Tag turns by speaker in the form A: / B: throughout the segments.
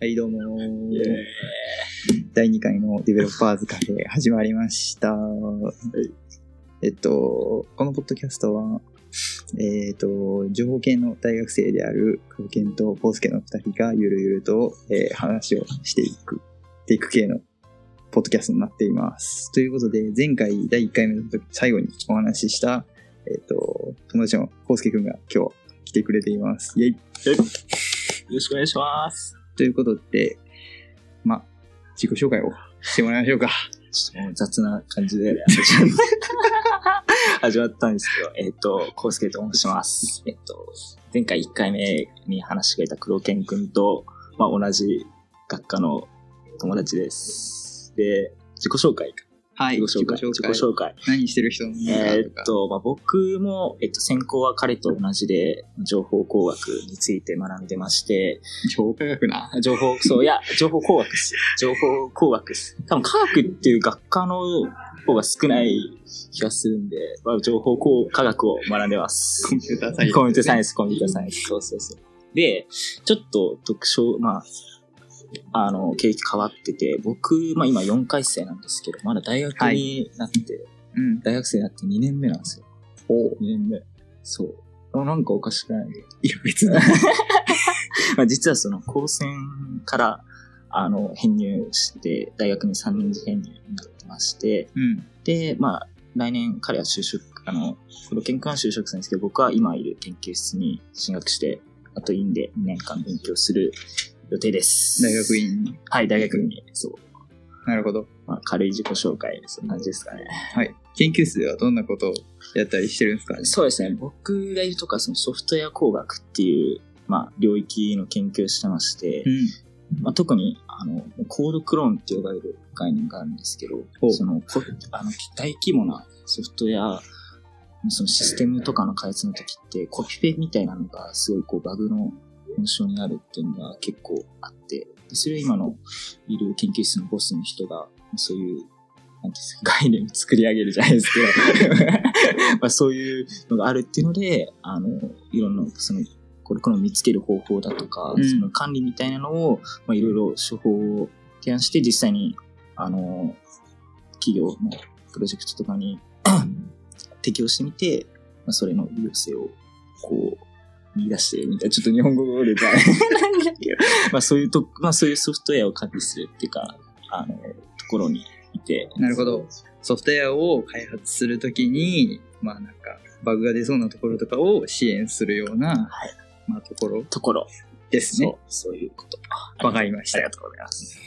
A: はい、どうもー。第2回のディベロッパーズカフェ始まりました。えっと、このポッドキャストは、えっと、情報系の大学生である久保健と康介の2人がゆるゆると、えー話をしていく、ていく系のポッドキャストになっています。ということで、前回第1回目の時最後にお話しした、えっと、友達の康介くんが今日来てくれています。イェイ
B: よろしくお願いします。
A: ということで、まあ、自己紹介をしてもらいましょうか。
B: もう雑な感じで 始まったんですけど、えっ、と、コウスケと申します。えっ、と、前回1回目に話してくれた黒健くんと、まあ、同じ学科の友達です。で、自己紹介か。
A: は
B: 自己紹介。自己紹介。
A: 何してる人なのか
B: え
A: と
B: ー
A: か
B: っ。と、まあ、僕も、えっと、専攻は彼と同じで、情報工学について学んでまして、
A: 超科学な。
B: 情報、そう、いや、情報工学っす。情報工学っす。多分科学っていう学科の方が少ない気がするんで、まあ、情報工科学を学んでます。
A: コンピューターサイエンスね
B: コンピューターサイエンス、コンピューターサイエンス。そうそうそう。で、ちょっと特徴、まあ、あの、景気変わってて、僕、まあ今4回生なんですけど、まだ大学になって、
A: うん。
B: 大学生になって2年目なんですよ。お2年目。そう。あなんかおかしくない
A: いや、別 に。
B: まあ、実はその高専からあの編入して大学に3年次編入になってまして
A: うん。
B: でまあ来年彼は就職あのこの研究は就職するんですけど僕は今いる研究室に進学してあと院で2年間勉強する予定です
A: 大学院。
B: はい大学院にそう、
A: なるほど。
B: まあ、軽い自己紹介そんな感じですかね
A: はい。研究室ではどんなことをやったりしてるんですかね。
B: そうですね。僕がいるとか、そのソフトウェア工学っていう、まあ、領域の研究をしてまして、
A: うん。
B: まあ、特にあのコードクローンって呼ばれる概念があるんですけ
A: ほ
B: ど
A: う
B: そのこあの大規模なソフトウェアそのシステムとかの開発の時ってコピペみたいなのがすごいこうバグの温床になるっていうのが結構あってでそれは今のいる研究室のボスの人がそういうなんていうんですか概念を作り上げるじゃないですけど まあそういうのがあるっていうのであのいろんなそのこれこの見つける方法だとか、
A: うん
B: その管理みたいなのを、まあ、いろいろ手法を提案して実際にあの企業のプロジェクトとかに適用してみて、まあ、それの利用性をこう見出してみたいなちょっと日本語でじゃないなんだけど まあそういうと、まあ、そういうソフトウェアを管理するっていうかあのところにいて
A: なるほど。ソフトウェアを開発するときに、まあなんか、バグが出そうなところとかを支援するような、
B: はい
A: まあところ
B: ところ
A: ですね。
B: そうそういうこと
A: わかりました
B: ありが。とうございます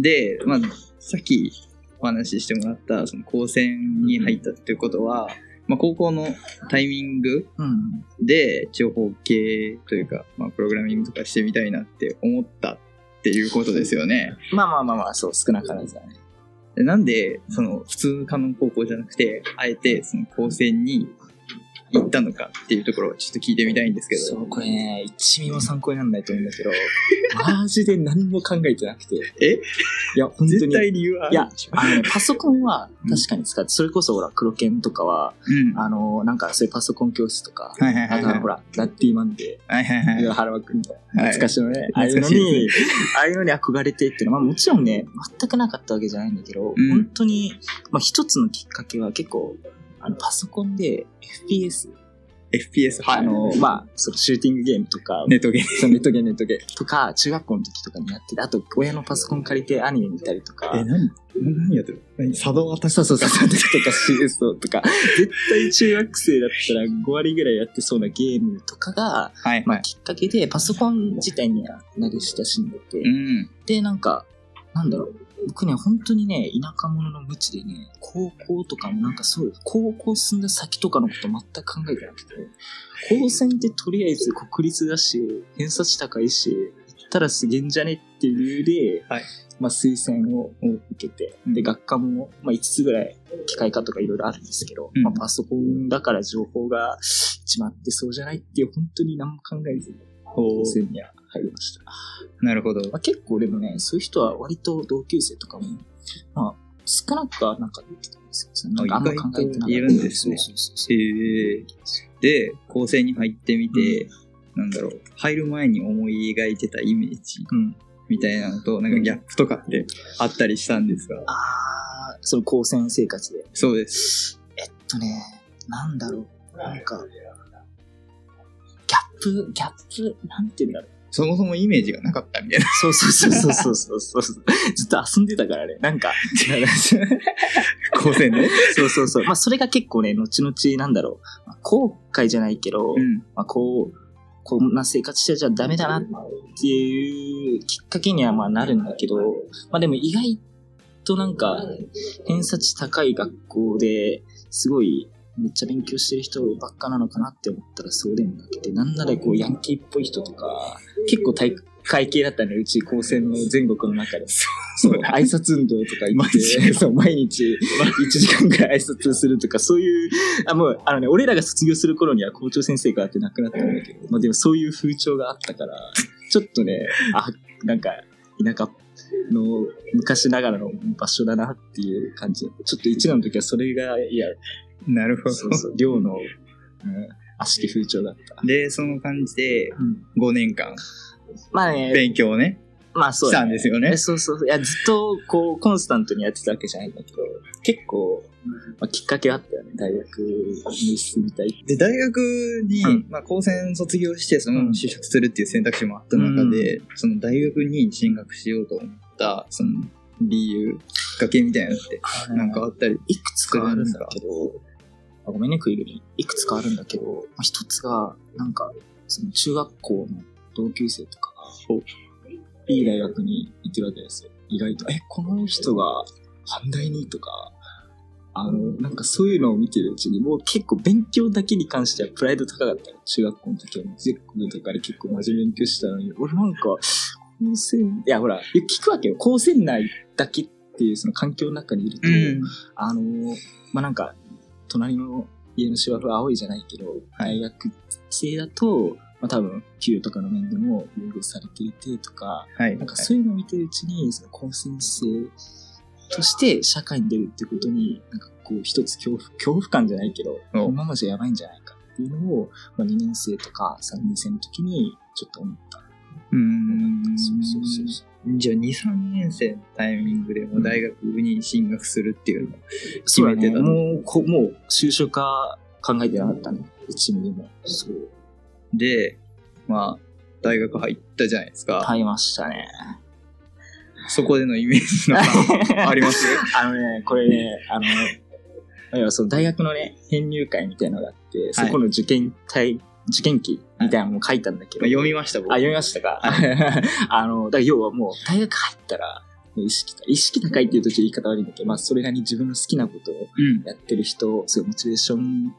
A: で、まあ、さっきお話ししてもらった、その高専に入ったっていうことは、まあ、高校のタイミング
B: うん
A: で情報系というか、まあ、プログラミングとかしてみたいなって思ったっていうことですよね。
B: まあまあまあまあそう少なからずだね
A: でなんで、その普通科の高校じゃなくて、あえてその高専に行ったのかっていうところをちょっと聞いてみたいんですけ
B: そ
A: ど、
B: う、これね、一味も参考にならないと思うんだけど、 マジで何も考えてなくて。
A: え
B: いや、本当に。
A: 絶対理由はあるでしょ。
B: あのね、パソコンは確かに使って、それこそほら、黒剣とかは、
A: うん。
B: あの、なんかそういうパソコン教室とか、
A: はいはいは
B: あ
A: い
B: と
A: は
B: はいほ。ら、ラッティマンデ
A: はいはい
B: ー、
A: は
B: 原枠みたい
A: い。
B: な、懐か
A: し
B: しのね、ああいう
A: 懐
B: の
A: かしい
B: に、ああいうのに 憧れてっていうのは、まあもちろんね、全くなかったわけじゃないんだけど、
A: うん
B: 本当に、まあ一つのきっかけは結構、あの、パソコンで FPS、
A: い。FPS、
B: あの、まあ、そのシューティングゲームとか、
A: ネットゲー
B: そう ネットゲーネットゲーとか、中学校の時とかにやってて、あと親のパソコン借りてアニメ見たりとか。
A: え、何何やってる何作動渡
B: そうそうそう、 そうとか CS とか、絶対中学生だったら5割ぐらいやってそうなゲームとかが、
A: はい
B: まあきっかけでパソコン自体には慣れ親しんでて
A: う、ん。
B: で、なんか、なんだろう、僕ね、本当にね、田舎者の無知でね、高校とかもなんかそういう、高校進んだ先とかのこと全く考えてなくて、高専ってとりあえず国立だし、偏差値高いし、行ったらすげえんじゃねっていう理由で、
A: はい
B: まあ推薦を受けて、で、学科も、まあ5つぐらい、機械科とかいろいろあるんですけど、
A: うん
B: まあパソコンだから情報が一番あってそうじゃないっていう、本当に何も考えずに、高専には入りました。
A: なるほど。
B: まあ、結構でもね、そういう人は割と同級生とかも、まあ、少なくはなかったんですよ。そのなんかあんま考えてなか
A: 意外
B: った。
A: といるんですね
B: そうそうそう
A: へえで、構成に入ってみて、なんだろう、入る前に思い描いてたイメージ
B: うん。
A: みたいなのと、なんかギャップとかってあったりしたんですが。
B: あー、その高専生活で。
A: そうです。
B: えっとね、なんだろう。なんか、ギャップ、ギャップ、なんて言うんだろう。
A: そもそもイメージがなかった みたいな。
B: そうそうそうそうそうそう そう。ずっと遊んでたからね。なんか、
A: 高専で。
B: そうそうそう。まあ、それが結構ね、後々なんだろう。まあ後悔じゃないけど、
A: うん。
B: まあ、こう、こんな生活しちゃダメだなっていうきっかけにはまあなるんだけど、まあでも意外となんか、偏差値高い学校ですごいめっちゃ勉強してる人ばっかなのかなって思ったらそうでもなくて、なんならこうヤンキーっぽい人とか、結構体育会系だったね、うち高専の全国の中で。 そう、挨拶運動とか行っ
A: マジ
B: て、 そう、毎 日1時間ぐらい挨拶するとか、そういう、 あ、もう、あのね、俺らが卒業する頃には校長先生があって亡くなったんだけど、まあでもそういう風潮があったから、ちょっとね、あ、なんか、田舎の昔ながらの場所だなっていう感じ。ちょっと一年の時はそれが、いや、
A: なるほど。
B: そ うそう、寮の、うん、悪しき風潮だった。
A: で、その感じで、
B: うん
A: 5年間、
B: まあね、
A: 勉強をね、
B: まあそう
A: し
B: だ
A: たんですよね
B: え。そうそうそう。いや、ずっと、こう、コンスタントにやってたわけじゃないんだけど、結構、まあ、きっかけはあったよね。大学に進みたいっ
A: で、
B: て。
A: 大学に、
B: うん
A: まあ、高専卒業して、そのまま就職するっていう選択肢もあった中で、その大学に進学しようと思った、その、理由、きっかけみたいなのって、なんかあったり。
B: いくつかあるんだけど、あごめんね、食い入るに。いくつかあるんだけど、まあ一つが、なんか、その中学校の同級生とかが、いい大学に行ってるわけですよ。意外と、え、この人が反対にとか、あの、なんかそういうのを見てるうちに、もう結構勉強だけに関してはプライド高かったの。中学校の時はもう全国とかで結構真面目に勉強してたのに、俺なんか、高専、いやほら、聞くわけよ。高専内だけっていうその環境の中にいると、あのーまあ、なんか、隣の家の芝生は青いじゃないけど、大学生だと、まあ、多分、給与とかの面でも優遇されていてとか、
A: はい。
B: なんかそういうのを見てるうちに、その高専生として社会に出るってことに、なんかこう一つ恐怖、恐怖感じゃないけど、
A: うん
B: このままじゃやばいんじゃないかっていうのを、まあ、2年生とか3年生の時にちょっと思った。
A: うーん。
B: そうそうそうそう。
A: じゃあ、2、3年生のタイミングでもう大学に進学するっていうのは、
B: そうだね
A: 決めてたの
B: もう、こもう、就職化考えてなかったね。うちにも。そう。
A: で、まあ、大学入ったじゃないですか。
B: 買いましたね。
A: そこでのイメージの あります
B: あのね、これね、あの、要はその大学のね、編入会みたいなのがあって、そこの受験体、受験期みたいなのも書いたんだけど、
A: まあ読みました、僕。
B: あ、読みましたか。 あの、だから要はもう、大学入ったら、意識高い。意識高いっていうとちょっと言い方悪いんだけど、まあ、それなりに自分の好きなことを
A: うん。
B: やってる人、そういうモチベーション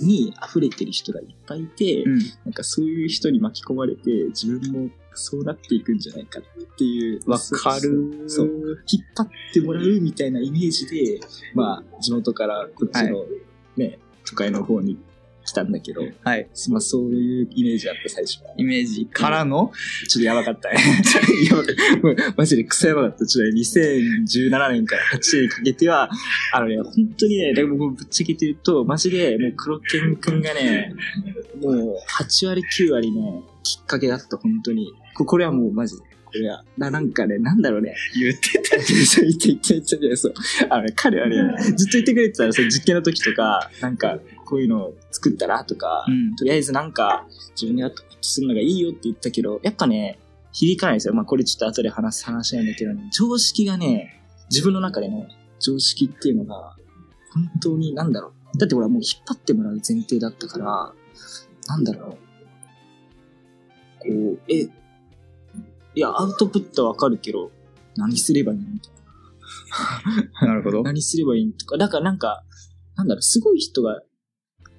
B: に溢れてる人がいっぱいいて、
A: うん。
B: なんかそういう人に巻き込まれて、自分もそうなっていくんじゃないかっていう。
A: わかる。
B: そう。引っ張ってもらうみたいなイメージで、まあ、地元からこっちの、ね、都会の方に来たんだけど、
A: はい。
B: まあ、そういうイメージあって最初は。
A: イメージからの、
B: ちょっとやばかったね。 やばかった。もうマジでクソやばかった。ちょっとね2017年から8年にかけては、あのね、本当にね、でも僕ぶっちゃけて言うと、マジでもう黒犬くんがね、もう8割9割ね、きっかけだった、本当に。ここれはもうマジで。これは、ななんかね、なんだろうね。
A: 言ってた。
B: そう言って言って言って言ってそう。あのね、彼はね、ずっと言ってくれてたら、その実験の時とか、なんか、こういうのを作ったらとか、
A: ん。
B: とりあえずなんか自分でやったことするのがいいよって言ったけど、やっぱね、響かないですよ。まあこれちょっと後で話す話なんだけどね、常識がね、自分の中でね、常識っていうのが、本当になんだろう。だって俺はもう引っ張ってもらう前提だったから、なんだろう。こう、え、いや、アウトプットはわかるけど、何すればいいのみたいな。
A: なるほど。
B: 何すればいいんとか。だからなんか、なんだろう、すごい人が、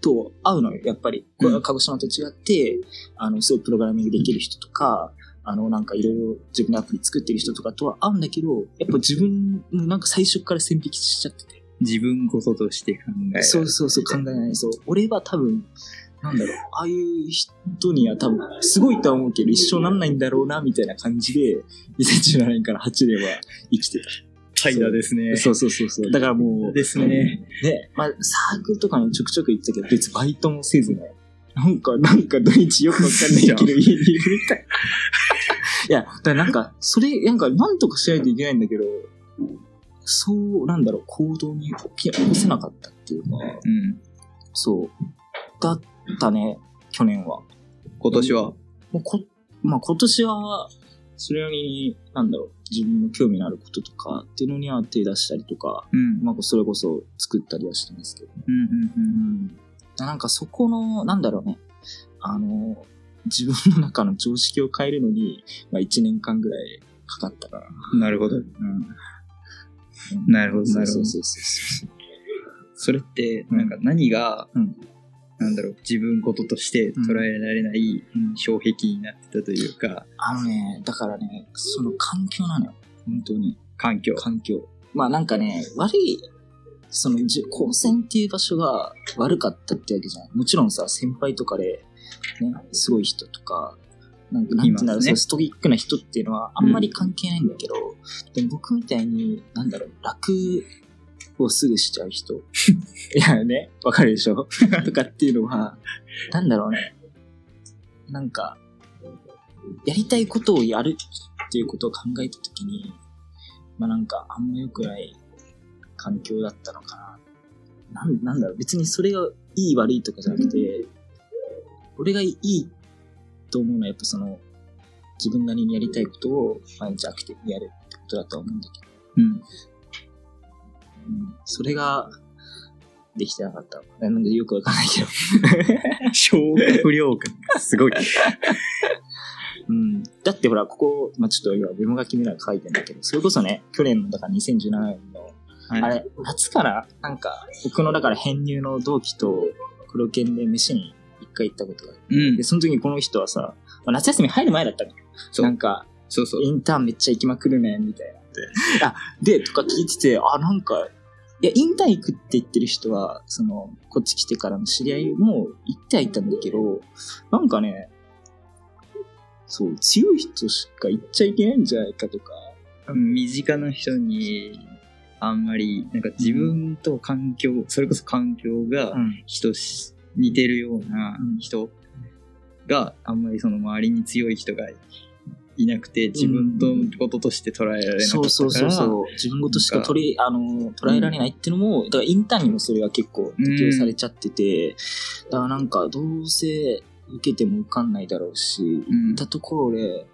B: と会うのよ、やっぱり。これは鹿児島と違って、あの、すごいプログラミングできる人とか、あの、なんかいろいろ自分のアプリ作ってる人とかとは会うんだけど、やっぱ自分のなんか最初から線引きしちゃってて。
A: 自分こそとして考える。
B: そうそうそう考えない。そう。俺は多分、なんだろう、ああいう人には多分、すごいとは思うけど、一生なんないんだろうな、みたいな感じで、2017年から8年は生きてた。
A: 怠惰ですね。
B: そうそうそうそう。だからもう、
A: ですね。
B: で、まあ、サークルとかにちょくちょく行ってたけど、別にバイトもせずね。なんか、なんか土日よくわかんないけど、
A: 嘘
B: 家にいるみたい。いや、だから なんか、それ、なんか、なんとかしないといけないんだけど、そう、なんだろう、行動に起き起こせなかったっていうのは、
A: うん。
B: そう、だったね、去年は。
A: 今年は。
B: もうこ、まあ、今年は、それなりに、なんだろう、自分の興味のあることとかっていうのには手出したりとか、
A: うん。
B: まあ、それこそ作ったりはしてますけど、
A: うんうんうん。
B: なんかそこの、なんだろうね、あの、自分の中の常識を変えるのに、まあ、1年間ぐらいかかったかな。
A: なるほど。なるほどなるほ
B: そ
A: ど
B: うそうそうそう。
A: それって、なんか何が、
B: うん
A: なんだろう、自分事として捉えられない
B: うん
A: 障壁になってたというか、
B: あのね、だからね、その環境なのよ。本当に。
A: 環境。
B: 環境。まあなんかね、悪い、その、じ高専っていう場所が悪かったってわけじゃない。もちろんさ、先輩とかで、ね、すごい人とか、なんか、なんていうんだ
A: いう
B: ろ、
A: ますね
B: そうストイックな人っていうのはあんまり関係ないんだけど、でも僕みたいに、なんだろう、楽をすぐしちゃう人。い やね、わかるでしょとかっていうのは、なんだろうね、なんか、やりたいことをやるっていうことを考えたときに、まあなんかあんま良くない環境だったのかな。なんなんだろう、別にそれがいい悪いとかじゃなくて、俺がいいと思うのはやっぱその、自分なりにやりたいことを毎日アクティブにやるってことだと思うんだけど、
A: うん。
B: うん、それができてなかった。なんでよくわかんないけど。
A: 消化 不良感がすごい。
B: うん、だってほら、ここ、まあ、ちょっと今、メモ書きみたいなの書いてんだけど、それこそね、去年の、だから2017年の、
A: はい
B: あれ、夏から、なんか、僕のだから編入の同期と、黒犬で飯に一回行ったことがあっ
A: うん
B: て、その時にこの人はさ、まあ夏休み入る前だったのよ。
A: そう
B: なんか、
A: そうそう。
B: インターンめっちゃ行きまくるね、みたいな。あ、で、とか聞いてて、あ、なんか、いや、インターン行くって言ってる人は、その、こっち来てからの知り合いも行ってはいたんだけど、なんかね、そう、強い人しか行っちゃいけないんじゃないかとか、
A: 身近な人に、あんまり、なんか自分と環境、それこそ環境が人し、似てるような人が、あんまりその周りに強い人がいなくて、自分とこととして捉えられなかったか
B: そ
A: ら、
B: うそうそうそう。自分ごとしか取り、あの、捉えられないっていうのも、だからインターンにもそれが結構適用されちゃってて、だからなんか、どうせ受けても受かんないだろうし、
A: うん
B: 行ったところで、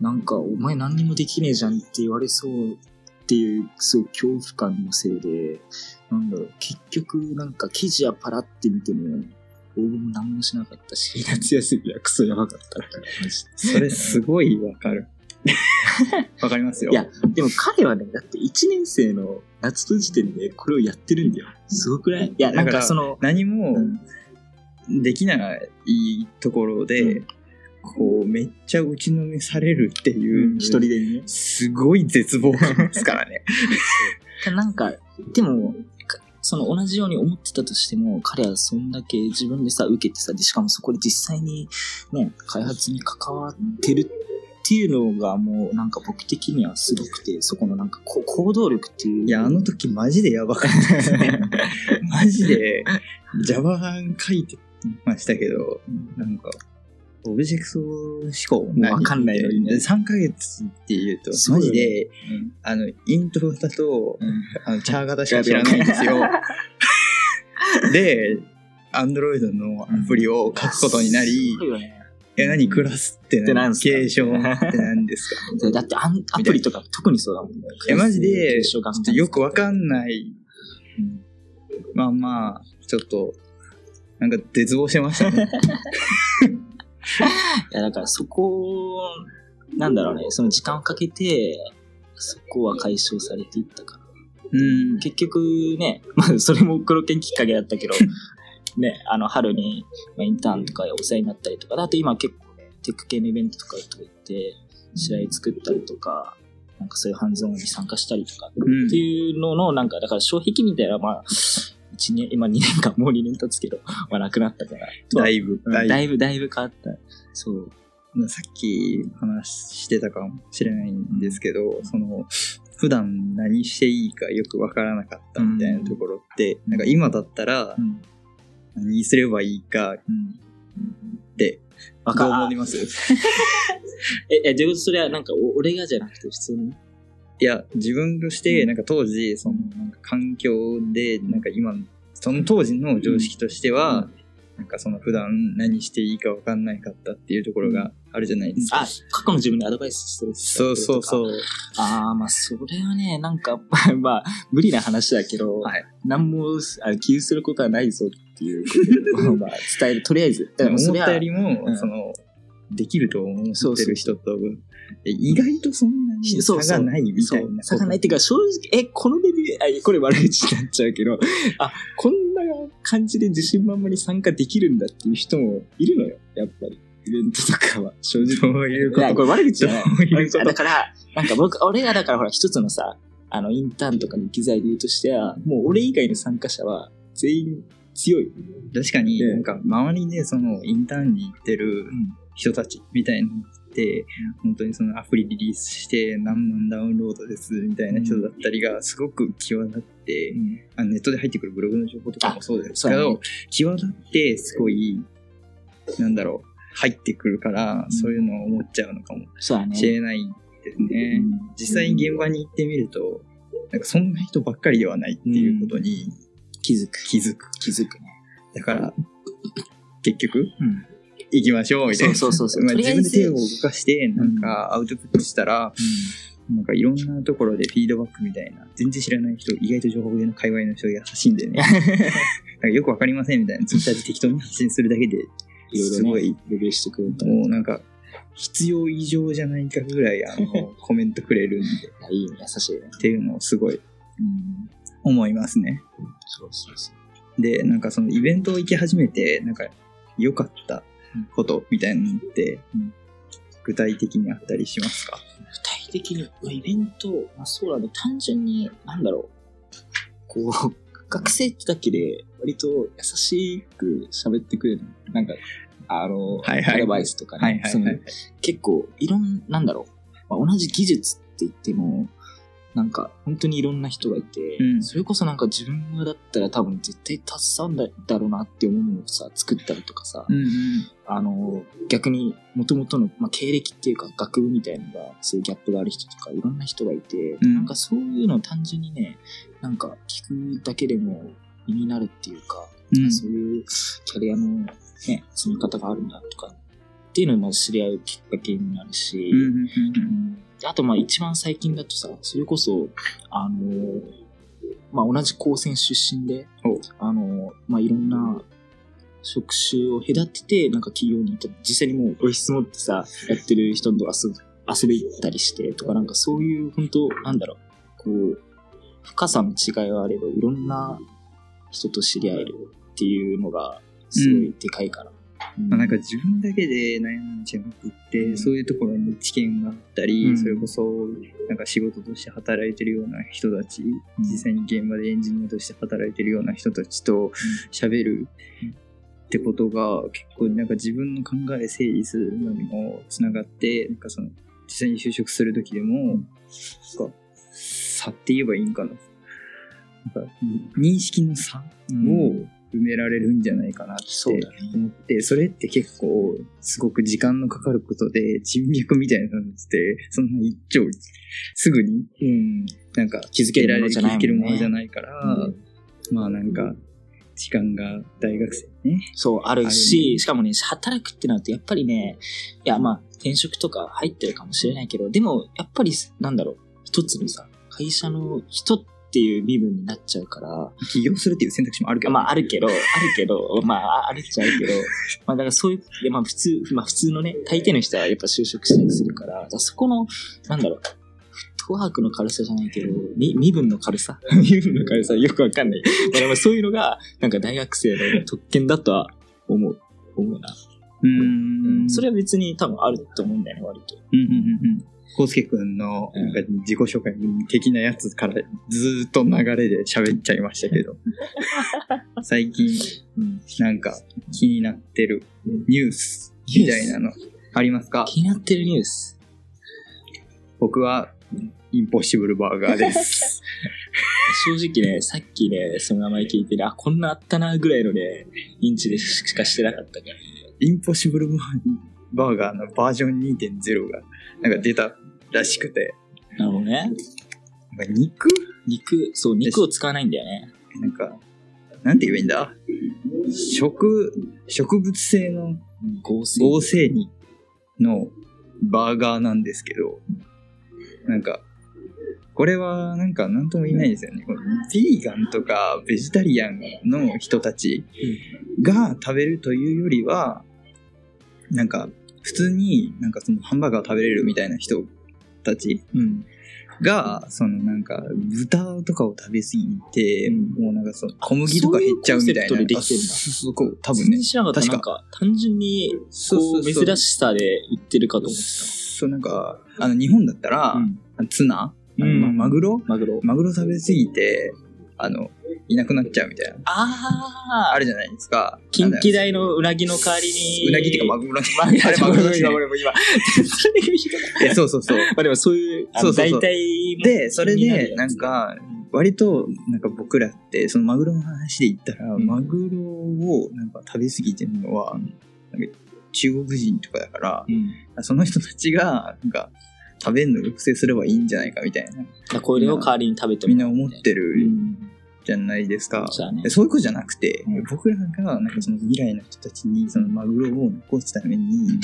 B: なんか、お前何にもできねえじゃんって言われそうっていう、すごい恐怖感のせいで、なんだろう、結局、なんか記事はパラって見ても、応募も何もしなかったし、 夏休みはクソやばかったみたいな感じ。
A: それすごいわか る。わかりますよ。
B: いや、でも彼はね、だって1年生の夏と時点でこれをやってるんだよ。すごくないいや、な
A: だ
B: ん
A: か
B: からその、
A: 何も
B: うん
A: できないところで、
B: うん
A: こう、めっちゃ打ちのめされるっていう、
B: 一人でね。
A: すごい絶望感ですからね。
B: なんか、でも、かその同じように思ってたとしても、彼はそんだけ自分でさ、受けてさ、で、しかもそこで実際にね、開発に関わってるっていうのがもうなんか僕的にはすごくて、そこのなんかこ行動力っていう。
A: いや、あの時マジでやばかった ですね。マジで Java 書いてましたけど、なんか、オブジェクト思考
B: わかんないのにね
A: 3ヶ月っていうと、
B: そう
A: マ
B: よね
A: ジで、
B: うん
A: あの、イントロ型と、
B: うん
A: あの、チャー型しか知らないんですよ。 で、アンドロイドのアプリを書くことになり、
B: そうよね
A: え、何クラスって
B: ってな
A: 何
B: んすか
A: 継承って何ですか
B: でだってアンアプリとか特にそうだもんね。
A: え、マジで、
B: ち
A: ち
B: ょ
A: ょ
B: っ
A: っとよくわかんない。まあまあ、ちょっと、なんか絶望してました ね。
B: いや、だからそこを、なんだろうね、その時間をかけて、そこは解消されていったから。
A: うん。
B: 結局ね、 まあ、それも黒犬きっかけだった けど、ね、あの、春に、まあ、インターンとかお世話になったりとか、あと今結構ね、テック系のイベントとかとか行って、試合作ったりとか、なんかそういうハンズオンに参加したりとか
A: うん
B: っていうのの、なんか、だから障壁みたいな、まあ、一年、今2年間、もう2年経つけど、 まあなくなったから。
A: だいぶ、だ
B: だいぶ、
A: い
B: だ
A: ぶ。
B: いぶ、だいぶ変わった。そう。
A: さっき話してたかもしれないんですけど、その、普段何していいかよくわからなかったみたいなところって、なんか今だったら
B: うん。
A: 何すればいいかっ
B: うん。
A: て、
B: わ
A: どう
B: か
A: 思います
B: え、え、どういうことそれはなんかお俺がじゃなくて普通に。
A: いや、自分として、なんか当時、その、なんか環境で、なんか今、その当時の常識としては、なんかその普段何していいか分かんないかったっていうところがあるじゃないですか。
B: あ、過去の自分にアドバイスしてる
A: そうそう
B: う。
A: そう。
B: ああ、まあそれはね、なんか、 まあ、無理な話だけど、
A: はい
B: 何もあ気にすることはないぞっていう ことをまあ伝える、とりあえず。だからもうそ
A: 思っ
B: れは
A: たよりも、
B: うん
A: その、できると思
B: そ
A: っ
B: う
A: て
B: そう
A: る人と、え意外とそんなに差
B: そうそ
A: が
B: う
A: ないみたいな。
B: そう差がないっていうか、正直、え、このレビュー、あ、これ悪口になっちゃうけど、あ、こんな感じで自信満々に参加できるんだっていう人もいるのよ、やっぱり。イベントとかは、正直。
A: そういうこ
B: いや、
A: と。
B: これ悪口じゃない。
A: そういうこと
B: だから、なんか僕、俺がだからほら、一つのさ、あの、インターンとかの機材で言うとしては、もう俺以外の参加者は全員強い。
A: 確かに、
B: ええ
A: なんか、周りでその、インターンに行ってる人たちみたいなのって、本当にそのアプリリリースして何万ダウンロードですみたいな人だったりが、すごく際立って、あネットで入ってくるブログの情報とかもそうですけ
B: あそう
A: ど、
B: だね
A: 際立って、すごい、なんだろう、入ってくるから、
B: ん
A: そういうのを思っちゃうのかも
B: そうだね。
A: しれないですね。
B: うん
A: 実際に現場に行ってみると、なんかそんな人ばっかりではないっていうことに
B: 気づく。
A: 気づく。
B: 気づくね。
A: だから、結局、
B: うん
A: 行きましょうみたいな。
B: そうそうそうそう
A: まあ
B: とりあ
A: 自
B: えず
A: 分で手を動かして、なんかアウトプットしたら、なんかいろんなところでフィードバックみたいな、全然知らない人、意外と情報系の界隈の人優しいんで ね。なんかよくわかりませんみたいな、ツイッターで適当に発信するだけで、
B: いろいろね、
A: すごい、
B: レビューしてくれたら。い
A: もうなんか、必要以上じゃないかぐらい、あの、コメントくれる んで、
B: やいいね、優しいね。
A: っていうのをすごい
B: うん。
A: 思いますね。
B: そうそうそう。
A: で、なんかそのイベントを行き始めて、なんか良かったことみたいなのって、
B: うん
A: 具体的にあったりしますか
B: 具体的に、まあ、イベント、まあ、そうだね、単純に、なんだろう、こう、学生だけで、割と優しく喋ってくれる。なんか、あの、
A: はいはい
B: アドバイスとかね、
A: はいはい
B: そ
A: は
B: の
A: い。
B: 結構、いろんなんだろう、まあ、同じ技術って言っても、なんか、本当にいろんな人がいて、
A: うん
B: それこそなんか自分がだったら多分絶対達んだだろうなって思うのをさ、作ったりとかさ、
A: うんうん。
B: あの、逆に、もともとの、まあ、経歴っていうか、学部みたいなのが、そういうギャップがある人とか、いろんな人がいて、
A: ん
B: なんかそういうのを単純にね、なんか聞くだけでも身になるっていうか、
A: うん
B: そういうキャリアのね、積み方があるんだとか、っていうのも知り合うきっかけになるし、
A: うんうんうん
B: であと、まあ、一番最近だとさ、それこそ、あの、まあ、同じ高専出身で
A: お、
B: あの、まあ、いろんな職種を隔てて、なんか企業に行った実際にもう、オ質持ってさ、やってる人と遊ぶ遊び行ったりしてとか、なんかそういう、本当なんだろう、こう、深さの違いはあれば、いろんな人と知り合えるっていうのが、すごいでかいから。うん
A: まあ、なんか自分だけで悩んじゃなくって、
B: うん
A: そういうところに知見があったり、
B: うん
A: それこそなんか仕事として働いてるような人たち、実際に現場でエンジニアとして働いてるような人たちと喋るってことが結構なんか自分の考え整理するのにもつながってなんかその実際に就職する時でもなんか差って言えばいいんかななんか認識の差を埋められるんじゃないかなって
B: そうだね。
A: 思って、それって結構、すごく時間のかかることで、人脈みたいなのって、そんな一丁、すぐに、
B: うん。
A: なんか、
B: 気づけるものじゃないもん
A: 気づけ
B: ね
A: るものじゃないから、
B: うん
A: まあなんか、時間が大学生ね。
B: そう、ある
A: ある
B: し、しかもね、働くってなると、やっぱりね、いや、まあ、転職とか入ってるかもしれないけど、でも、やっぱり、なんだろう、一つのさ、会社の人っていう身分になっちゃうから、
A: 起業するっていう選択肢もあるけど、
B: まあ、あるけど、あるけど、まあ、あるっちゃあるけ ど、まあ、だからそういう、いやまあ、普通、まあ、普通のね、大抵の人はやっぱ就職したりするから、だからそこの、なんだろう、フットワークの軽さじゃないけど、み身分の軽さ 身分の軽さ、よくわかんない。まあ、でもそういうのが、なんか大学生の特権だとは思う、思うな。
A: うーん、
B: そ
A: れ、
B: れは別に多分あると思うんだよね、割と。
A: うんうんうんうん。コウスケくんの、なんか自己紹介的なやつからずーっと流れで喋っちゃいましたけど、最近、
B: うん。
A: なんか気になってるニュースみたいなのありますか
B: 気になってるニュース。
A: 僕は、インポッシブルバーガーです。
B: 正直ね、さっきね、その名前聞いてね、あ、こんなあったなぐらいのね、インチでしかしてなかったからね。
A: インポッシブルバーバーガーのバージョン2.0が、なんか出たらしくて、
B: なるほどね。
A: なんか肉
B: 肉、そう、肉を使わないんだよね。
A: なんか、なんて言えばいいんだ食、植物性の
B: 合成。
A: 合成肉のバーガーなんですけど、なんか、これはなんか何とも言えないですよね。このビーガンとかベジタリアンの人たちが食べるというよりは、なんか普通になんかそのハンバーガー食べれるみたいな人たち
B: うん。
A: が、そのなんか豚とかを食べ過ぎて、もうなんかその小麦とか減っちゃうみたいな。
B: そういうコンセプトでできてんだ
A: あそうそうこう多分
B: 全
A: ね
B: 然。知らなかった。
A: 確
B: な
A: か
B: んか、単純に、こう、珍しさで売ってるかと思って
A: そう、なんか、あの、日本だったら
B: た。、ん。
A: ツナ、あの
B: うん
A: まマグロ
B: マグロ。
A: マグロ食べ過ぎて、あの、いなくなっちゃうみたいな。
B: あ
A: あ
B: あ
A: るじゃないですか。
B: 近畿
A: だ
B: 大のうなぎの代わりに。
A: うなぎっていうかマ
B: グ
A: グロね。
B: ロ。マグロ、
A: あ れマグロですね
B: 今、俺も今。それが 言い方
A: いやそうそう そう。
B: まあでもそういう、あの
A: そうそうそう
B: 大体の
A: で、それ
B: 気になるや
A: で、
B: つ
A: なんか、割と、なんか僕らって、そのマグロの話で言ったら、
B: ん
A: マグロをなんか食べ過ぎてるのは、なんか中国人とかだか
B: うん。
A: ら、その人たちが、なんか、食べるの抑制すればいいんじゃないかみたいな、
B: だからこれを代わりに食べて
A: みん
B: も
A: な
B: らう
A: 思って
B: う
A: る
B: ん。
A: じゃないですか。
B: そうだね
A: で。そういうことじゃなくて、
B: うん
A: 僕らがなんかその未来の人たちにそのマグロを残すために、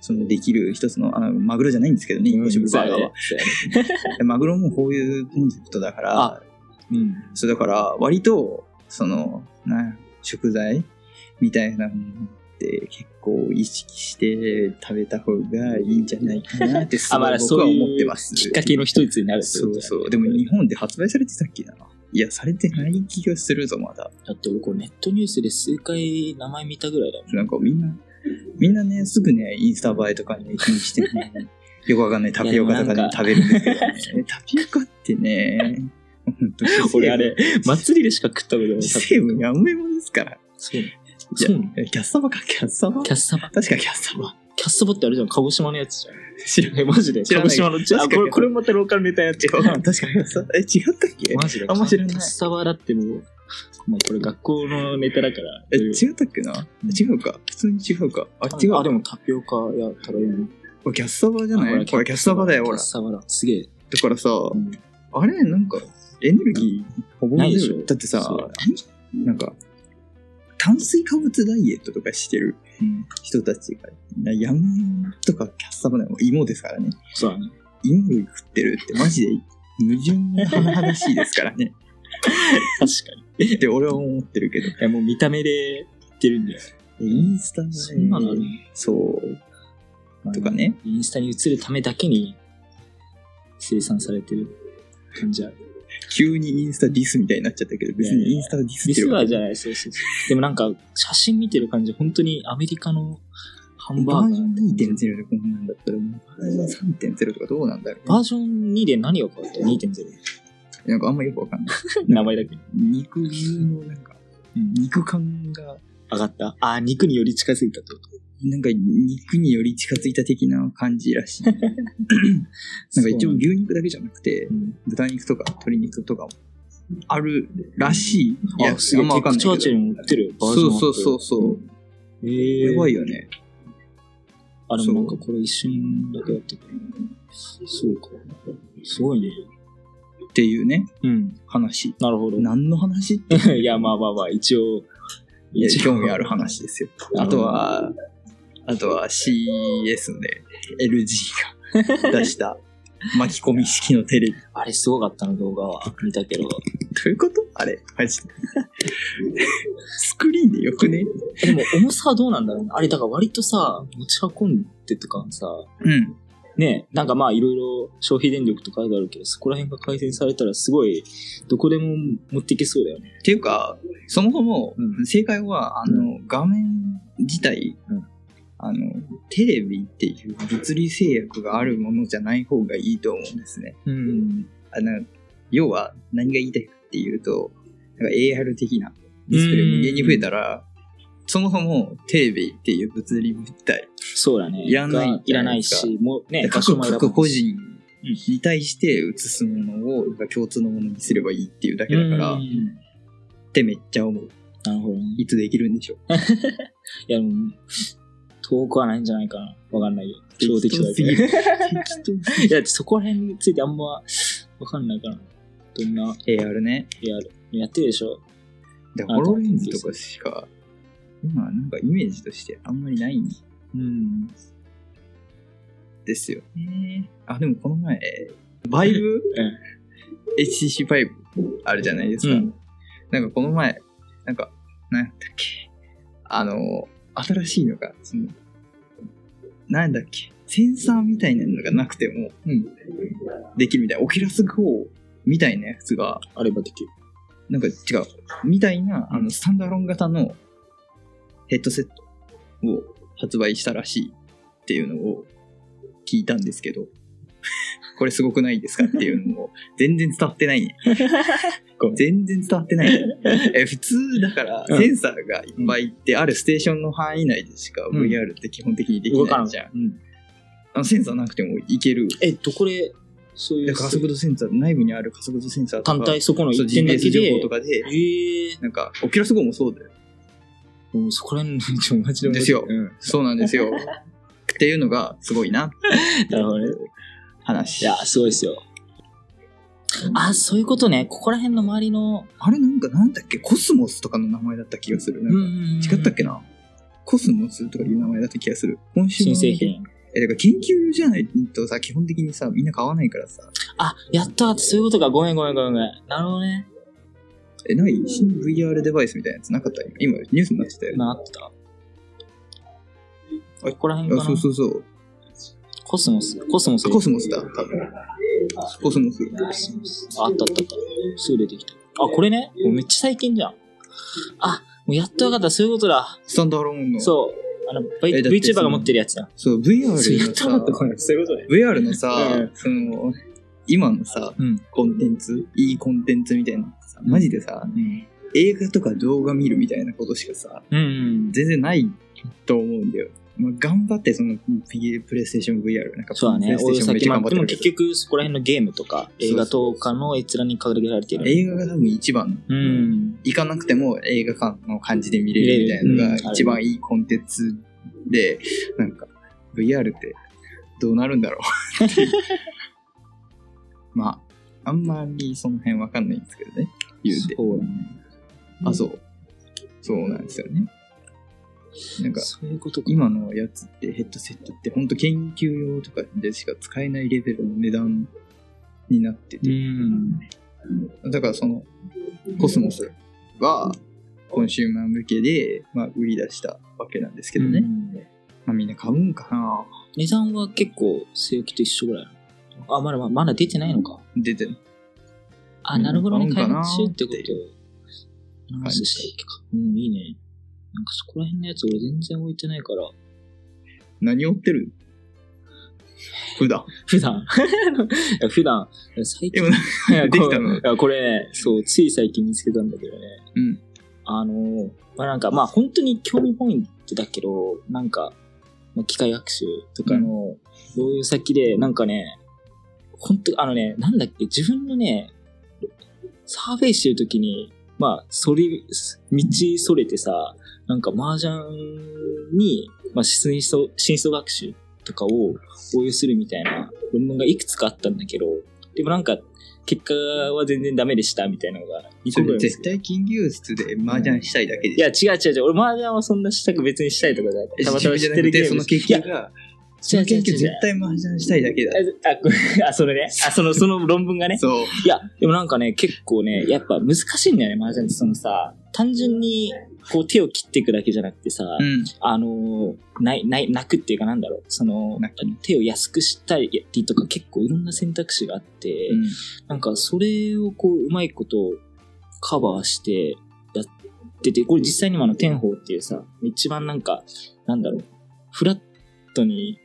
A: そのできる一つの、あマグロじゃないんですけどね、インポッシブルバーガーは。
B: そうやね
A: でマグロもこういうコンセプトだから
B: あ、うん。
A: そうだから割と、その、な食材みたいなものって結構意識して食べた方がいいんじゃないかなって、す
B: あ、
A: ご
B: ま
A: い
B: あ、
A: 僕
B: そう
A: は
B: いう
A: 思ってます。
B: きっかけの一つになるってこ
A: そ
B: とだよ
A: う
B: ね
A: そう。でも日本で発売されてたっけな。いや、されてない気がするぞ、まだ。
B: だって俺これネットニュースで数回名前見たぐらいだもん。
A: なんかみんな、みんなね、すぐね、インスタ映えとかね、気にしてね、 よくわかんないタピオカとか
B: いや
A: ね
B: なん、か
A: 食べるんですけどね。タピオカってね、本当
B: 俺あれ、祭りでしか食ったことない。
A: 成分やめもんですから。
B: そう
A: じゃ
B: そうなの
A: キャッサバか、キャッサバ
B: キャッサバ。
A: 確かキャッサバ。
B: キャッサバってあれじゃん、鹿児島のやつじゃん。
A: 知らない。
B: え、マジで
A: 知ら
B: 鹿
A: ない
B: 児島のちあ、
A: 確かに
B: これ、これまたローカルネタやっちゃ
A: わかんない確かにキャッサバ。え、違ったっけ
B: マジで
A: あんま知らない
B: キャッサバだってもう、もうこれ学校のネタだから。
A: え、違ったっけな違うか。普通に違うか。あ、違う
B: あ、で
A: か。
B: もタピオカやったらいいの。
A: これキャッサバじゃな
B: あほ
A: い
B: ら
A: これキャッサバだよ、
B: キ
A: ほ
B: ャッ
A: ら。
B: サバだ。すげえ。
A: だからさ、
B: ん
A: あれなんかエネルギーほぼ
B: ない
A: ゼ
B: でし
A: ロ
B: ょ
A: だってさ
B: そう
A: なんか炭水化物ダイエットとかしてる
B: うん。
A: 人たちがヤムとかキャッサバなんか芋ですからね
B: そうだね。
A: 芋類食ってるってマジで矛盾なしいですからね
B: 確かに。
A: って俺は思ってるけど
B: いや、もう見た目で言ってるんだよ。
A: インスタの
B: そんなのある
A: そうとかね。
B: インスタに映るためだけに生産されてる感 じある。
A: 急にインスタディスみたいになっちゃったけど別
B: いやい
A: に
B: や
A: インスタをディス
B: ミ
A: って
B: ス
A: る
B: は
A: わけ
B: じゃない、そうそうそう。でもなんか、写真見てる感じ、本当にアメリカのハンバ
A: バ
B: ーガ
A: ージョ
B: ー
A: ン。2.0でこんなんだったらもうバージョン3.0とかどうなんだろうね
B: バージョン2で何が変わった ?2.0。
A: なんかあんまよくわかんない。
B: 名前だけ。
A: 肉牛のなんか、肉感が、
B: 上がった。あー、肉により近づいたってこと。
A: なんか肉により近づいた的な感じら しい。なんか一応牛肉だけじゃなくて
B: う、ん、
A: 豚肉とか鶏肉とかもあるらしい。い
B: あ、すげ
A: あ
B: え。
A: んまわ
B: 結
A: かんな
B: 構
A: い
B: チ
A: けど。
B: ャーチェルに売ってるよ、バージョ
A: そ
B: ン
A: うそうそうそう。
B: う。えー、
A: やばいよね。
B: あ、でもなんかこれ一瞬だけだったけど。そうか。すごいね。
A: っていうね、
B: うん。
A: 話。
B: なるほ ど。
A: 何の話って
B: いや、まあまあまあ、一応。
A: いや
B: 一応
A: 興味ある。話ですよ。あとは、あとは CS で LG が出した巻き込み式のテレビ。
B: あれすごかったの、動画は。見たけど。
A: どういうことあれ、マジで。 スクリーンでよくね
B: でも、重さはどうなんだろうね。あれ、だから割とさ、持ち運んでとかさ、
A: うん。
B: ね、なんかまあ、いろいろ消費電力とかあるけど、そこら辺が改善されたら、すごい、どこでも持っていけそうだよね。
A: っていうか、そもそも
B: う、
A: 正解は、あの、画面自体、
B: うん
A: あの、テレビっていう物理制約があるものじゃない方がいいと思うんですね。
B: うん。
A: あの、要は、何が言いたいかっていうと、なんか AR 的なディスプレイ無限に増えたら、そもそもテレビっていう物理物体
B: そうだね。
A: いらない
B: がいらないし、もうね、場所
A: 各
B: も選ば
A: 各個
B: ない
A: 人に対して移すものを共通のものにすればいいっていうだけだから、
B: う
A: っ
B: ん
A: てめっちゃ思う。
B: なるほどね。
A: いつできるんでしょう。
B: いや、でも遠くはないんじゃないかな。わかんないよ。超
A: 適
B: 適当
A: 当
B: だ
A: す
B: け
A: ぎ
B: ど。
A: る。
B: いや、そこら辺についてあんまわかんないから。どんな
A: AR ね。
B: AR やってるでしょ
A: で、
B: あ
A: ホロレンズとかしか、今はなんかイメージとしてあんまりないん
B: うん。
A: ですよね。あ、でもこの前、バイブ ?HTC バイブあるじゃないですか。
B: うん
A: なんかこの前、なんか、なんだっけ。あの、新しいのが、その、なんだっけ。センサーみたいなのがなくても、
B: うん
A: できるみたいな。オキュラス GO みたいなやつが、
B: あればできる。
A: なんか違う。みたいな、あ
B: う
A: の、スタンドアロン型のヘッドセットを発売したらしいっていうのを聞いたんですけ ど、これすごくないですかっていうのを全然伝わって ないね
B: ごめ。ん
A: 全然伝わってない、ね、え普通だから
B: うん
A: センサーがいっぱいいって、あるステーションの範囲内でしか
B: うん
A: VR って基本的にでき
B: 動か
A: な
B: ないい
A: じゃん。
B: うん。
A: あのセンサーなくてもいける。
B: え、どこで、そうい
A: で
B: う
A: 加速度センサー、内部にある加速度センサーとか、
B: 単体そこの
A: そう
B: 一点だ
A: GPS
B: け
A: 情
B: で。
A: 報とかで、
B: ええ
A: なんか、オキュラス号もそうだよ。
B: もうそこら辺のちょマジで。
A: ですよ
B: うん。
A: そうなんですよ。 っていうのがすごいな。
B: なるほどね。い
A: 話。
B: や、すごいですよ。あ、そういうことね。ここら辺の周りの。
A: あれなんかなんだっけコスモスとかの名前だった気がする。なんか
B: ん
A: 違ったっけなコスモスとかいう名前だった気がする。今週の
B: 新製。品。
A: え、だから研究じゃないとさ、基本的にさ、みんな買わないからさ。
B: あ、やったそういうことか。ごめんごめんごめんごめん。なるほどね。
A: え、ない新 ?VR デバイスみたいなやつなかった今、ニュースになってたよね。
B: なってた。ここら辺か
A: あ、
B: な
A: そうそうそう。
B: コスモス。コスモス。
A: あコスモスだ、多分。コスモス。
B: コスモスああったあったあった。すぐ出てきた。あ、これね。もうめっちゃ最近じゃん。あ、もうやっとわかった。そういうことだ。
A: スタンドアローンの。う。
B: そう。あの、V-
A: えだってそ
B: VTuber
A: の
B: が持ってるやつだ。
A: そう、
B: そう、
A: VR
B: やっ
A: の
B: とわ
A: さ
B: かった。、これ。そういうことね。
A: VR のさ
B: う、
A: その、今のさ、
B: うん。
A: コンテンツ、いいコンテンツみたいなのってさ、マジでさ、
B: うん。
A: 映画とか動画見るみたいなことしかさ、
B: うん。
A: 全然ないと思うんだよ。まあ、頑張ってそのピプレイステーション VR なんか
B: そうだね。
A: プレイステーションめっちゃ
B: まあ
A: 頑張って
B: でも
A: るけ
B: 結
A: ど、
B: 局、そこら辺のゲームとか映画とかの閲覧に掲げられてる。
A: 映画が多分一番、
B: うん。
A: 行かなくても映画館の感じで見れるみたいな
B: 見れ
A: の
B: るうん
A: が一番いいコンテンツで、なんか VR ってどうなるんだろ うっていうまあ、あんまりその辺わかんないんですけどね、言うて。
B: そうだね。
A: あ、そう。そうなんですよね。なんか、
B: そういうことか。
A: 今のやつってヘッドセットって本当研究用とかでしか使えないレベルの値段になって
B: う
A: て、
B: ん。
A: だからそのコスモスはコンシューマー向けで、まあ、売り出したわけなんですけどね、
B: うん
A: まあ、みんな買うんかな
B: 値段は結構、据え置きと一緒ぐらいなの。あ、まだまだまだ出てないのか。
A: 出てる
B: あ、なるほどね。
A: うん買
B: 開
A: うかな
B: 発中ってことを
A: い
B: 話したっけか。うん、いいね。なんかそこら辺のやつ俺全然置いてないから。
A: 何を売ってる普段
B: 普段 いや普段、最近
A: でもなんか
B: いや
A: できた
B: これ
A: の
B: いやこれね、そう、つい最近見つけたんだけどね。
A: うん
B: あのー、まあ、なんか、まあ、本当に興味本位だけど、なんか、まあ、機械学習とかの、どういう先で、なんかね、本当あのね、なんだっけ、自分のね、サーフェイしてるときに、まあ、それ、道それてさ、なんか、麻雀に、まあ、深層、深層学習とかを応用するみたいな論文がいくつかあったんだけど、でもなんか、結果は全然ダメでしたみたいなのが2
A: そ
B: 個ぐら
A: れ
B: い
A: 絶対金牛室で麻雀したいだけで
B: い
A: しょ
B: や、違う違う違う。俺、麻雀はそんなしたく別にしたいとかじゃなくて、たまたま知
A: じ
B: っ
A: ゃな
B: てる
A: く
B: ゲ
A: て
B: ー
A: そ
B: ム
A: の研
B: いや
A: 究がそ
B: 違う
A: の
B: 違
A: 研
B: う
A: 究
B: 違う
A: 絶。対麻雀したいだけだ
B: あ、こあそれね。あ、その、その論文がね。
A: そう
B: いや、でもなんかね、結構ね、やっぱ難しいんだよね、麻雀って。そのさ、単純に、こう手を切っていくだけじゃなくてさ、
A: うん
B: あのー、ない、ない、泣くっていうかなんだろう。その
A: 泣、
B: 手を安くしたりとか結構いろんな選択肢があって、
A: うん
B: なんかそれをこう、うまいことカバーしてやってて、これ実際にもあの、天宝っていうさ、一番なんか、なんだろう、フラットに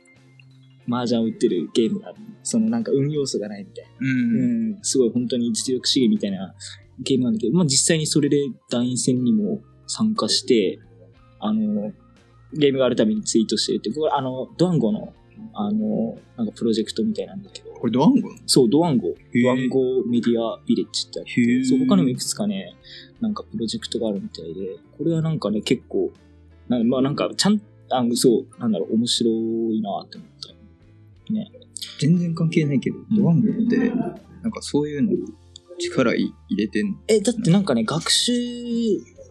B: 麻雀を打ってるゲームがある。そのなんか運要素がないみたいな。
A: うん
B: うん、すごい本当に実力主義みたいなゲームなんだけど、まあ実際にそれで団員戦にも参加して、あの、ゲームがあるたびにツイートしてるって、僕はあの、ドワンゴの、あの、なんかプロジェクトみたいなんだけど、
A: これドワンゴ
B: そう、ドワンゴ。
A: へー
B: ドワンゴメディアビレッジってあって
A: へー
B: そう、他にもいくつかね、なんかプロジェクトがあるみたいで、これはなんかね、結構、なまあなんか、ちゃんあの、そう、なんだろう、面白いなって思った。
A: 全然関係ないけど、
B: ん
A: ドワンゴって、なんかそういうの力い入れてんの
B: え、だってなんかね、学習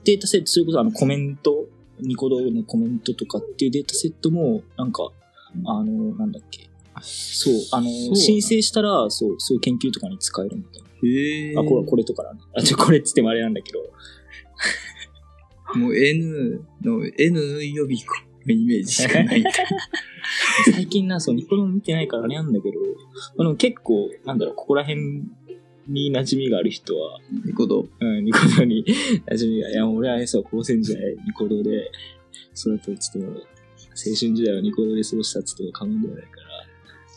B: データセット、それこそあのコメント、ニコ動のコメントとかっていうデータセットも、なんか、あの、なんだっけ。そう、あの、
A: うなの
B: 申請したら、そう、そういう研究とかに使えるみたいな。
A: へえ。
B: あ、これ、これとかだね。あ、ちょ、これっつってもあれなんだけど。
A: もう N の、N 予備校のイメージしかないんだ。
B: 最近な、そう、ニコ動見てないからあれなんだけど、まあでも結構、なんだろう、ここら辺に馴染みがある人は、
A: ニコ動。
B: うん、ニコ動に馴染みが、いや、俺はね、そう、高専時代、ニコ動で育ったっつっても、青春時代はニコ動で過ごしたっつっても過言ではないから、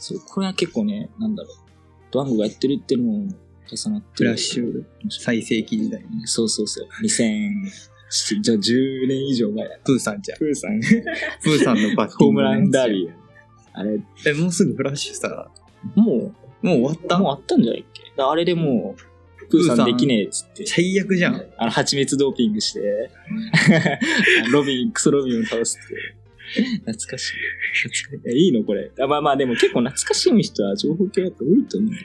B: そう、これは結構ね、なんだろう、ドワンゴがやってるっていうのも重なって
A: フ
B: る。
A: ラッシュ、最盛期時代。
B: そうそうそう。2000、じゃあ10年以上前だ。
A: プーさんじゃん。
B: プーさん、
A: プーさんのバッティング。
B: ホームランダービー。あれ、
A: え、もうすぐフラッシュさ、
B: も
A: もう終わっ
B: う、
A: た
B: もうあったんじゃないっけだあれでもう、プーさんできねえっつって。
A: 最悪じゃん。
B: あの、蜂蜜ドーピングして、 ロビン、クソロビンを倒すって。懐かしい。懐かしいいや。いいのこれ。あまあまあ、でも結構懐かしむ人は情報系やっぱ多いと思うよ。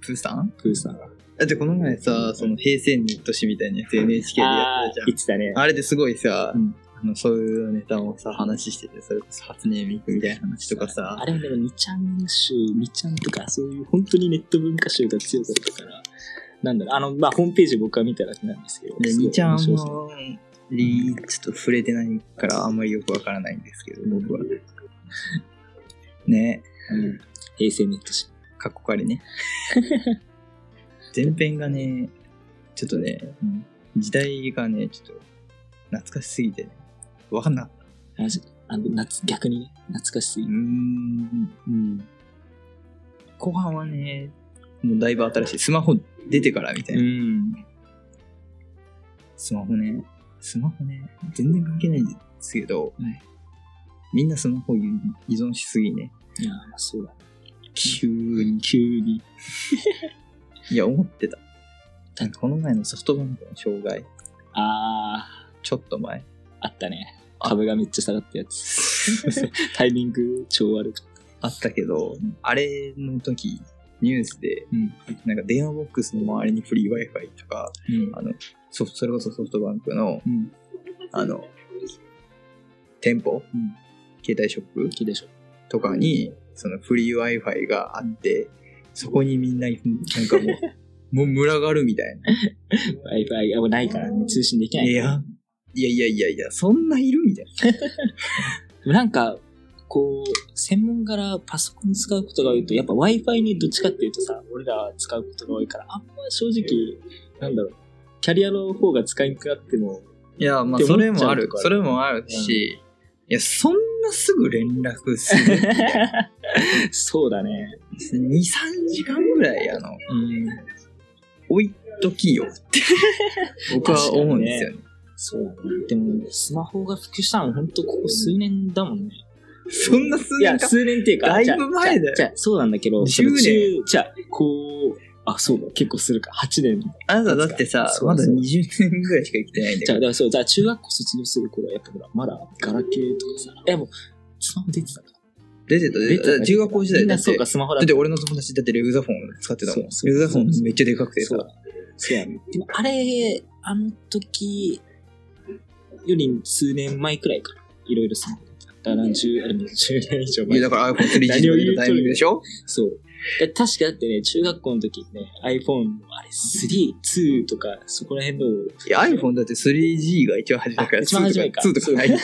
A: プーさん
B: プーさん。
A: だってこの前さ、その平成ネット誌みたいなやつ NHK でや
B: あ
A: ってたじ
B: ー言ってたね
A: ゃん。。あれですごいさ、
B: うん
A: あのそういうネタをさ、話してて、それこそ初音ミクみたいな話とかさ
B: あ、れはでも2ちゃん集、2ちゃんとか、そういう本当にネット文化集が強かったから、なんだろう、あの、まあ、ホームページ僕は見ただけなんですけど。
A: で、
B: すごい
A: みちゃん
B: 面白そう
A: も、り、ちょっと触れてないから、あんまりよくわからないんですけど、僕は。ね、
B: うん平成ネット誌。
A: かっこかりね。前編がね、ちょっとね、
B: うん
A: 時代がね、ちょっと、懐かしすぎてね、わかんなかった。
B: あじあの夏逆にね、懐かしすぎ
A: う
B: る。
A: ん、うん。後半はね、もうだいぶ新しい。スマホ出てからみたいな。
B: ん。
A: スマホね、スマホね、全然関係ないんですけど、
B: はい
A: みんなスマホ依存しすぎね。
B: いや、まあそうだ。
A: 急に、急に。いや、思ってた。なんかこの前のソフトバンクの障害、
B: あー。
A: ちょっと 前。
B: あったね。株がめっちゃ下がったやつ。タイミング超悪かっ
A: あったけど、あれの時、ニュースで、
B: うん
A: なんか電話ボックスの周りにフリー Wi-Fi とか、
B: た。うん
A: あの、ソフそれこそソフトバンクの、
B: うん。
A: あの、店舗、
B: うん
A: 携帯ショップ
B: 大きいでしょ。
A: とかに、そのフリー Wi-Fi があって、そこにみんな、なんかも う、もう群がるみたいな。
B: Wi-Fi がないからね、通信できない。
A: いや、いやいやいやいや、そんないるみたいな。
B: なんか、こう、専門からパソコン使うことが多いと、やっぱ Wi-Fi にどっちかっていうとさ、俺らは使うことが多いから、あんま正直、なんだろう、キャリアの方が使いにくくなって も、
A: いや、ま
B: っ
A: あ、
B: て
A: そ
B: 思っちゃ
A: れ
B: う
A: もある
B: と。か
A: それもあるし、いや、そんなすぐ連絡する。
B: そうだね。
A: 2、3時間ぐらい、あの、
B: うん。
A: 置いとき よって、僕は思うんですよね。
B: そうだね。でも、スマホが普及したのほんとここ数年だもんね。
A: そんな数
B: いや、
A: 年間
B: 数年っていうか、
A: だいぶ前だよ
B: じゃあじゃあそうなんだけど、その
A: 10年
B: 中じゃあこう、あ、そうだ、結構するか、8年。
A: あなただってさ、
B: そう
A: まだ
B: そう
A: 20年ぐらいしか生きてないんだ
B: じゃ
A: から
B: あ、だからそう、じゃあ中学校卒業する頃は、やっぱほら、まだ、ガラケーとかさ、いやもう、スマホ出てたから。
A: 出てた、出てた。中学校時代
B: みん
A: だ
B: な
A: って
B: そう、か、スマホだ
A: だって俺の友達だってレグザフォン使ってたもん。レグザフォンめっちゃでかくてさ
B: そう。だ。そうやね。でも、あれ、あの時より数年前くらいから、いろいろスマホだった。だから10、あれもう10年以上
A: い
B: 前
A: や、だから iPhone3G の時のタイミングでしょ
B: そう。だ確かだってね、中学校の時ね、iPhone のあれ、3、2とか、そこら辺のを、
A: いや、iPhone だって 3G が一番初めだから、
B: あ一番初めか
A: 2とかない。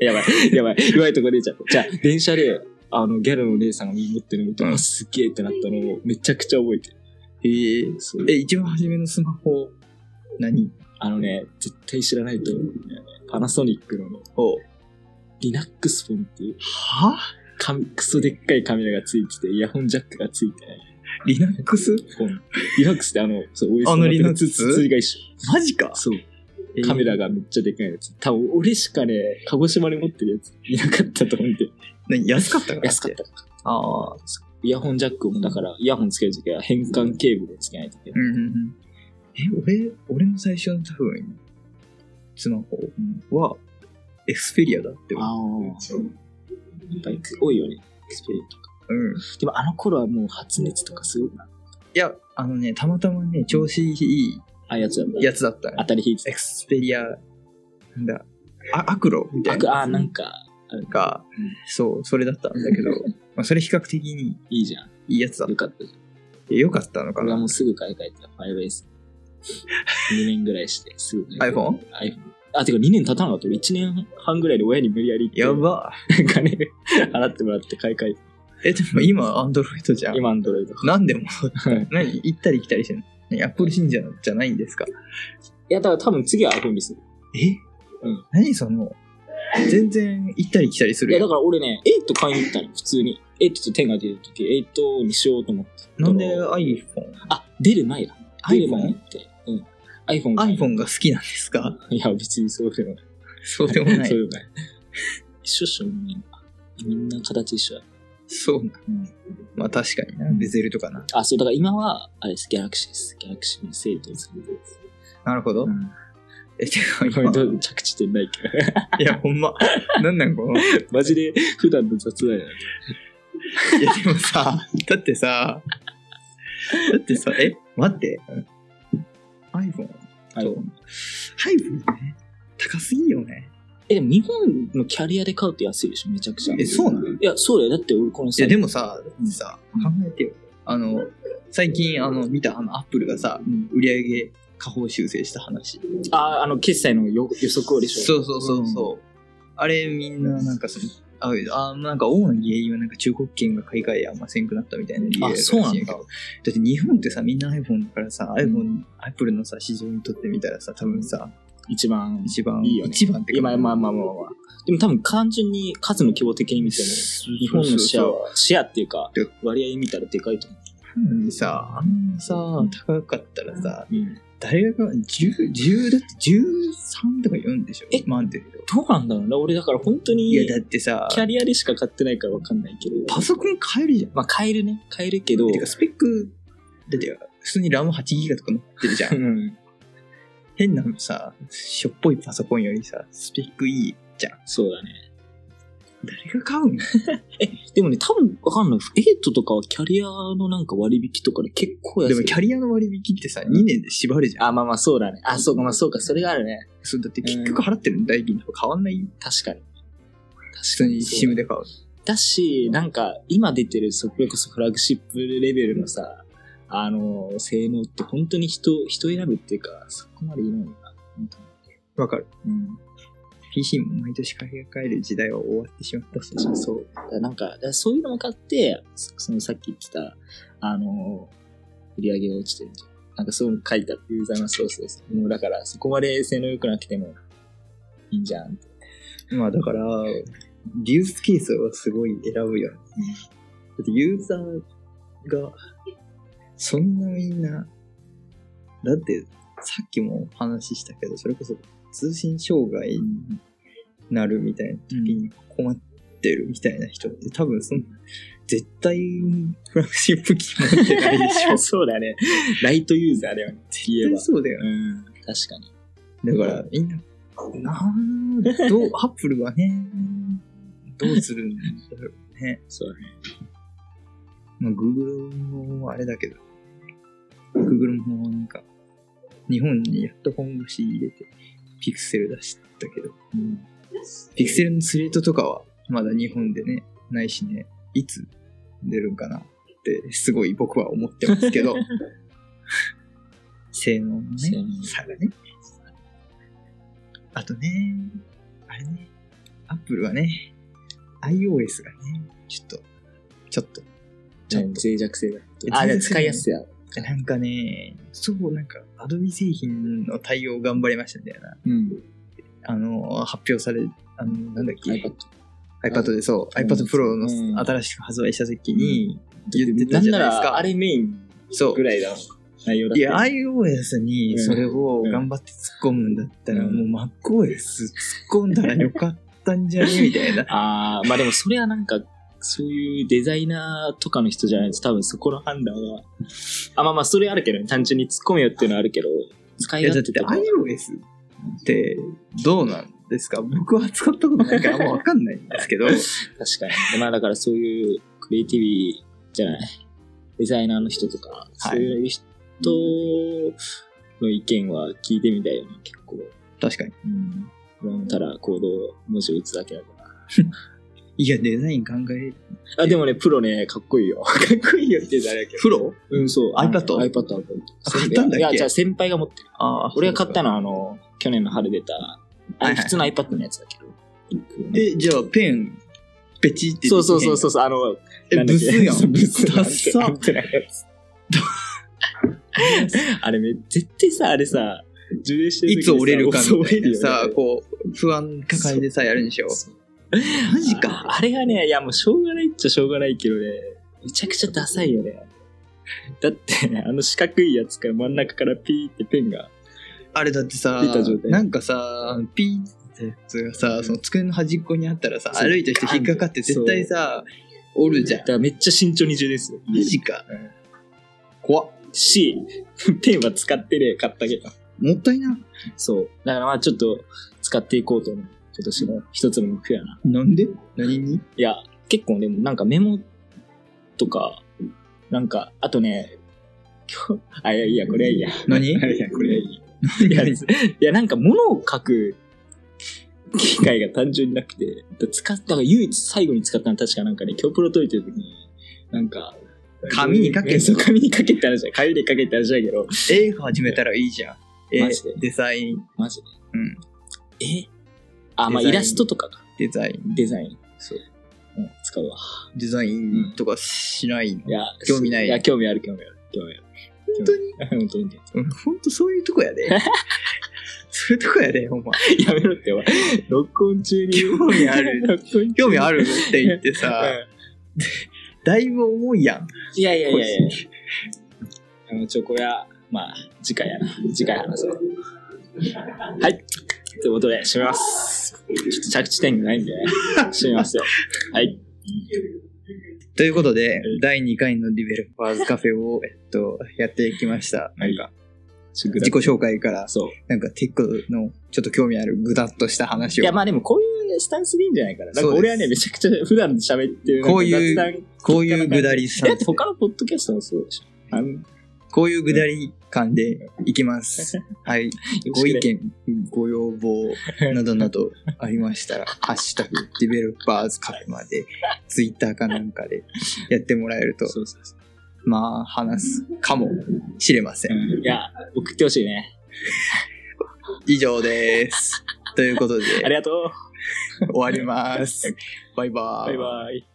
B: やばい、やばい、弱いとこ出ちゃった。じゃあ、電車で、あの、ギャルのお姉さんが持ってるの見て、
A: うん
B: あすっげえってなったのを、めちゃくちゃ覚えてる。
A: ええ
B: そう
A: え、一番初めのスマホ、何
B: あのね、絶対知らないと思うんだよね。パナソニックの
A: を。
B: Linux フォンっていう、
A: は
B: 紙クソでっかいカメラがついてて、イヤホンジャックがついてない。
A: ?Linux?
B: フォン。Linux ってあの、そう、OS
A: あの
B: 持ってる
A: Linux？
B: 筒が一緒。
A: マジか
B: そう。カメ
A: え
B: ラがめっちゃでかいやつ。多分俺しかね、鹿児島に持ってるやついなかったと思うんで。
A: ー何安かったから。
B: 安かったた。
A: ああ。
B: イヤホンジャックを、だから、イヤホンつけるときは変換ケーブルをつけないといけない。
A: うんうんうん。え、俺、俺の最初の多分、スマホは、エクスペリアだって思う。
B: ああ。バイク多いよね。エクスペリアとか。
A: うん。
B: でもあの頃はもう発熱とかすごくな。
A: いや、あのね、たまたまね、調子いい
B: ああいうやつだもんね
A: やつだった。
B: 当たり引いて
A: エクスペリア、なんだ、あアクロみ
B: た。
A: た
B: あ
A: い
B: く
A: な。
B: あー、なんか、あるか。
A: が、そう、それだったんだけど、まあそれ比較的に
B: いいじゃん。
A: いいやつだっ
B: よかったじゃん。
A: た。良かったのか
B: 俺は
A: な
B: もうすぐ買い替えた。5S。2年ぐらいして、すぐ買い替えた。
A: ?iPhone?
B: iPhone? あ、てか2年経たなかった。俺1年半ぐらいで親に無理やり
A: や
B: 行 って
A: ば。
B: 金払ってもらって買い替え
A: え、でも今、アンドロイドじゃ
B: た。
A: ん。
B: 今、アンドロイド。
A: なんでも、何行ったり来たりしてるのアップル信者じゃないんですか
B: いや、だから多分次は iPhone にする。
A: え
B: うん
A: 何その、全然行ったり来たりす
B: い
A: る
B: や、だ
A: よ。
B: から俺ね、8買いに行ったの、普通に。8と10が出るとき、8にしようと思って。
A: なんで iPhone?
B: あ、出る前だ。
A: iPhone？
B: 出る前って。うん。iPhone が。
A: iPhone が好きなんですか
B: いや、別にそうでもない。
A: そうでもな
B: そう
A: い。
B: でもない。一緒っしょ、みんな。みんな形一緒だ。
A: そうな。
B: うん。
A: まあ確かにな。ベゼルとかな。
B: あ、そう、だから今は、あれです、ギャラクシーです。ギャラクシーに整頓されてる。
A: なるほど
B: う。ん。
A: え、てか
B: これ
A: 今、
B: どう 着地点ないけど。
A: いや、ほんま、なんなんこの、い
B: マジで、普段の雑談やな。
A: や、でもさ、だってさ、だってさ、え、待って。iPhone?
B: あの
A: iPhone ね、高すぎよね。
B: え、でも日本のキャリアで買うと安いでしょ、めちゃくちゃ。
A: え、そうなの
B: いや、そうだよ。だって俺この
A: い
B: さ
A: や、でもさ、
B: うん
A: さ、考えてよ。あの、最近、あの、見た、あの、アップルがさ、
B: うん
A: 売り上げ下方修正した話。
B: あー、あの、決済の予予測をでし
A: そ
B: ょ。
A: うそうそうそう。あれ、みんな、なんかその、あ、あなんか、主な原因は、なんか、中国圏が海外あんませんくなったみたいな理由ら
B: あ、
A: し
B: そう
A: い
B: なん
A: けどだ
B: だ。
A: って日本ってさ、みんな iPhone だからさ、
B: ん
A: iPhone、Apple のさ、市場にとってみたらさ、多分さ、
B: 一番。
A: 一番、
B: いいよね
A: 一番ってか、
B: 今、まあまあまあまあ。でも多分、単純に数の規模的に見ても、日本のシェア
A: そうそう
B: は、シェアっていうか
A: で、
B: 割合見たらでかいと思
A: なのにさ、あんなさ、高かったらさ、
B: う。うん。
A: 大学は10、10だって13とか4でしょ
B: え
A: 万点だよ
B: どうなんだろうな。俺、だから本当に、
A: いや、だ
B: キ
A: ってさ、
B: ャリアでしか買ってないからわかんないけど。
A: パソコン買えるじゃん。
B: まあ、買えるね。買えるけど、
A: てか、スペック、だって普通に RAM8 ギガとか持ってるじゃ。
B: うんん。
A: 変なさ、しょっぽいパソコンよりさ、スペックいいじゃん。
B: そうだね。
A: 誰が買うの
B: でもね、多分わかんない。エイトとかはキャリアのなんか割引とかで結構安い。
A: でもキャリアの割引ってさ、2年で縛るじゃん。
B: あ、まあまあ、そうだね。あ、そうか、まあそうか、それがあるね。
A: そうだって結局払ってるの代金とか変わんない
B: 確かに。
A: 普
B: 確
A: 通に SIM で買う。
B: だし、なんか、今出てる、それこそフラグシップレベルのさ、あの、性能って本当に人、人選ぶっていうか、そこまでいないのかな。本当に
A: わかる。
B: うん。
A: PC も毎年買い替える時代は終わってしまったし。
B: そう。だからなんか、だからそういうのも買って、そそのさっき言ってた、あの、売り上げが落ちてるんじゃん。なんかそう書いたユーザーのソースです。もうだから、そこまで性能良くなくてもいいんじゃんって。。
A: まあだから、ユースケースはすごい選ぶよね。だってユーザーが、そんなみんな、だってさっきもお話ししたけど、それこそ通信障害になるみたいな時に困ってるみたいな人って多分その、絶対フラッグシップ機持ってないでしょ
B: そうだね。ライトユーザーだよね。言えば。
A: そうだよね。
B: うん。確かに。
A: だから、みんな、なん、どう、アップルはね、どうするんだろうね。
B: そうだね。
A: まあ、Google もあれだけど、Google もなんか、日本にやっと本腰入れて、ピクセル出したけど、ピクセルのスレートとかは、まだ日本でね、ないしね、いつ出るんかなって、すごい僕は思ってますけど、性能のね
B: 性能、
A: 差がね。あとね、あれね、アップルはね、iOS がね、ちょっと、ちょっと、ちょっと
B: 脆弱性が。
A: あ
B: あ、
A: でも使
B: 使
A: い
B: い
A: や
B: や
A: す
B: すいや。
A: なんかね、そう、なんか、アドビ製品の対応頑張りましたみたいな。
B: うん。
A: あの、発表され、あの、なんだっけ、
B: iPad。
A: iPad でそう、
B: うん
A: iPad Pro
B: うん
A: の新しく発売した時に言って
B: な
A: た
B: ん
A: じゃ
B: な
A: ないです
B: ら、
A: か。
B: あれメイン
A: そ
B: ぐらいだ内容だ
A: う。
B: っ
A: い
B: た
A: や、iOS にそれを
B: うん
A: 頑張って突っ込むんだったら、
B: うん
A: もう MacOS 突っ込んだらよかったんじゃねみたいな。
B: あーまあでもそれはなんか、そういうデザイナーとかの人じゃないと多分そこの判断は。あ、まあまあそれあるけどね。単純に突っ込むよっていうのはあるけど、使
A: い
B: い
A: や、だっ
B: 勝
A: て
B: 手とか。
A: iOS ってどうなんですか僕は使ったことないからあんまわかんないんですけ ど、
B: 確かに。まあだからそういうクリエイティビじゃない、デザイナーの人とか、そういう人の意見は聞いてみたいよね、結構。
A: 確かに。
B: うん。たら行動文字を打つだけだから。
A: いや、デザイン考え、
B: あ、でもね、プロね、かっこいいよ。かっこいいよって言うとあれだけど。
A: プロ
B: うん、そう。
A: iPad？
B: iPad、iPad。
A: 買ったんだっけ
B: いや、じゃあ先輩が持ってる。
A: ああ
B: 俺が買った
A: の。
B: のは、あの、去年の春出た、あ
A: はいはい
B: 普通の iPad のやつだけど。
A: え、じゃあペン、ペチって。
B: そうそうそうそうそう、あの、
A: え、ブスやん。
B: ブス
A: ダッサ。
B: あれめ、絶対さ、あれさ、充電してる時
A: い
B: に
A: つ
B: さ
A: 折れるか
B: そう
A: みたい
B: 折れる
A: な
B: よね
A: さ、こう、不安抱えてさ、やるんでしょ。
B: そう
A: マジか。
B: ああれがね、いやもうしょうがないっちゃしょうがないけどね、めちゃくちゃダサいよね。だってね、あの四角いやつから真ん中からピーってペンが。
A: あれだってさ
B: 出た状、態
A: なんかさ、ピーってやつがさ、その机の端っこにあったらさ、
B: そう
A: 歩いた人引っかかって絶対さ、おるじゃん
B: だ。からめっちゃ慎重に充電する。
A: マジか。怖っ。
B: し、 ペンは使ってね、買ったけど。
A: もったいな。
B: そう。だからまあちょっと使っていこうと思う。今年の一つの目標やな。
A: なんで何に
B: いや、結構でもなんかメモとか、なんか、あとね、今日、あ、いや、いいや、これはいいや。
A: 何
B: いやいや、これはいいや。いや、いやなんか物を書く機会が単純になくて、だ使った、だから唯一最後に使ったのは確かなんかね、今日プロ解いてる時に、なんか、
A: 紙に書け
B: そう、紙に書けって話だ。紙に書けって話だけど、
A: 絵始めたらいいじゃん。絵
B: マジで
A: デザイン、
B: マジで。
A: うん。
B: えあ、まあ
A: デザイン
B: イラストとかか。
A: デザイン、
B: デザイン。そう。うん、使うわ。
A: デザインとかしないの
B: い。や、
A: 興味ない
B: いや、興味ある、興味ある。興味ある。
A: 本当に
B: 本当に。
A: うんほんとそういうとこやで。そういうとこやで、ほんま。
B: やめろって、お 前。録音中に。
A: 興味ある
B: 録音中に
A: 興味あるって言ってさ、
B: う
A: だいぶ重いやん。
B: んいやいやいやいや。あの、ちょ、これは、まあ、次回やな。次回話そう。はい。ということで、締めます。ちょっと着地点がないんで、締めますよ。はい。
A: ということで
B: い、
A: 第2回のディベロッパーズカフェを、えっと、やっていきました。なんか、自
B: 自
A: 己紹介から、
B: そう。
A: なんか、テックのちょっと興味あるぐだっとした話
B: い
A: を
B: や、、まあでも、こういうスタンスでいいんじゃないかな。なん
A: そ
B: か
A: うです
B: 俺はね、めちゃくちゃ普段喋ってる、
A: こういう
B: なんか雑談
A: こういうぐだりさ
B: だって他のポッドキャストもそうでしょ。あの
A: こういうぐだり感でいきます。はい。ご意見、ご要望などなどありま したら、ハッシュタグ、ディベロッパーズカフェまで、ツイッターかなんかでやってもらえると、
B: そうそうそう。
A: まあ、話すかもしれません。
B: いや、送ってほしいね。
A: 以上です。ということで、
B: ありがと
A: 終
B: う。
A: わります。バイバー
B: バイバイ。